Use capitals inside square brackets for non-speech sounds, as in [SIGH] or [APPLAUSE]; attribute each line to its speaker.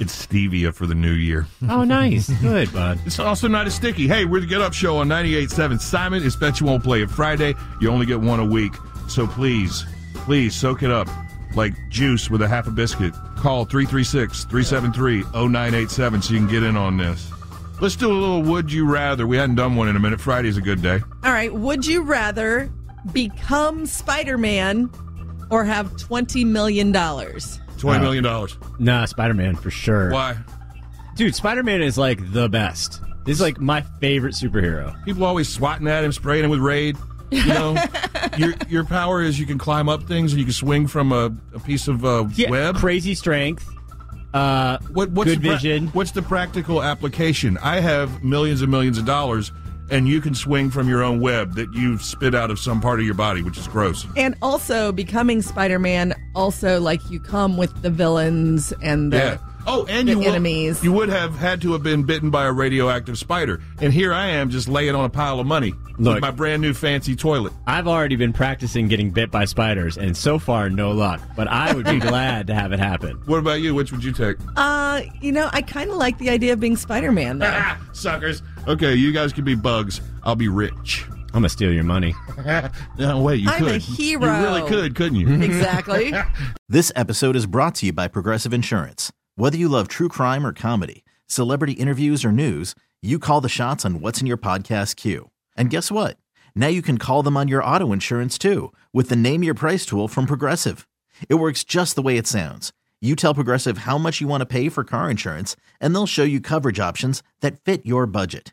Speaker 1: stevia for the new year.
Speaker 2: Oh, nice. Good, bud.
Speaker 1: It's also not as sticky. Hey, we're the Get Up Show on 98.7. Simon, it's bet you won't play it Friday. You only get one a week. So please, please soak it up like juice with a half a biscuit. Call 336 373 0987 so you can get in on this. Let's do a little Would You Rather. We hadn't done one in a minute. Friday's a good day.
Speaker 3: All right. Would you rather become Spider Man or have $20 million? All
Speaker 1: $20 million.
Speaker 2: Nah, Spider Man for sure.
Speaker 1: Uh, Why?
Speaker 2: Dude, Spider Man is like the best. He's like my favorite superhero.
Speaker 1: People always swatting at him, spraying him with Raid. You know, your your power is you can climb up things and you can swing from a, a piece of uh, web.
Speaker 2: Crazy strength. Uh,
Speaker 1: What, what's
Speaker 2: good
Speaker 1: the pra-
Speaker 2: vision.
Speaker 1: what's the practical application? I have millions and millions of dollars, and you can swing from your own web that you've spit out of some part of your body, which is gross.
Speaker 3: And also, becoming Spider Man, also, like, you come with the villains and the.
Speaker 1: Yeah. Oh, and
Speaker 3: the
Speaker 1: you would-
Speaker 3: enemies.
Speaker 1: you would have had to have been bitten by a radioactive spider, and here I am just laying on a pile of money
Speaker 2: Look.
Speaker 1: with my brand new fancy toilet.
Speaker 2: I've already been practicing getting bit by spiders, and so far, no luck. But I would be [LAUGHS] glad to have it happen.
Speaker 1: What about you? Which would you take? [LAUGHS]
Speaker 3: Uh, you know, I kind of like the idea of being Spider Man,
Speaker 1: [LAUGHS]
Speaker 3: though.
Speaker 1: Ah, suckers. Okay, you guys can be bugs. I'll be rich. [LAUGHS]
Speaker 2: I'm gonna steal your money.
Speaker 1: No, wait, you
Speaker 3: I'm a
Speaker 1: could.
Speaker 3: hero.
Speaker 1: You really could, couldn't
Speaker 2: Mm-hmm.
Speaker 1: you?
Speaker 3: exactly.
Speaker 4: This episode is brought to you by Progressive Insurance. Whether you love true crime or comedy, celebrity interviews or news, you call the shots on what's in your podcast queue. And guess what? Now you can call them on your auto insurance too with the Name Your Price tool from Progressive. It works just the way it sounds. You tell Progressive how much you want to pay for car insurance, and they'll show you coverage options that fit your budget.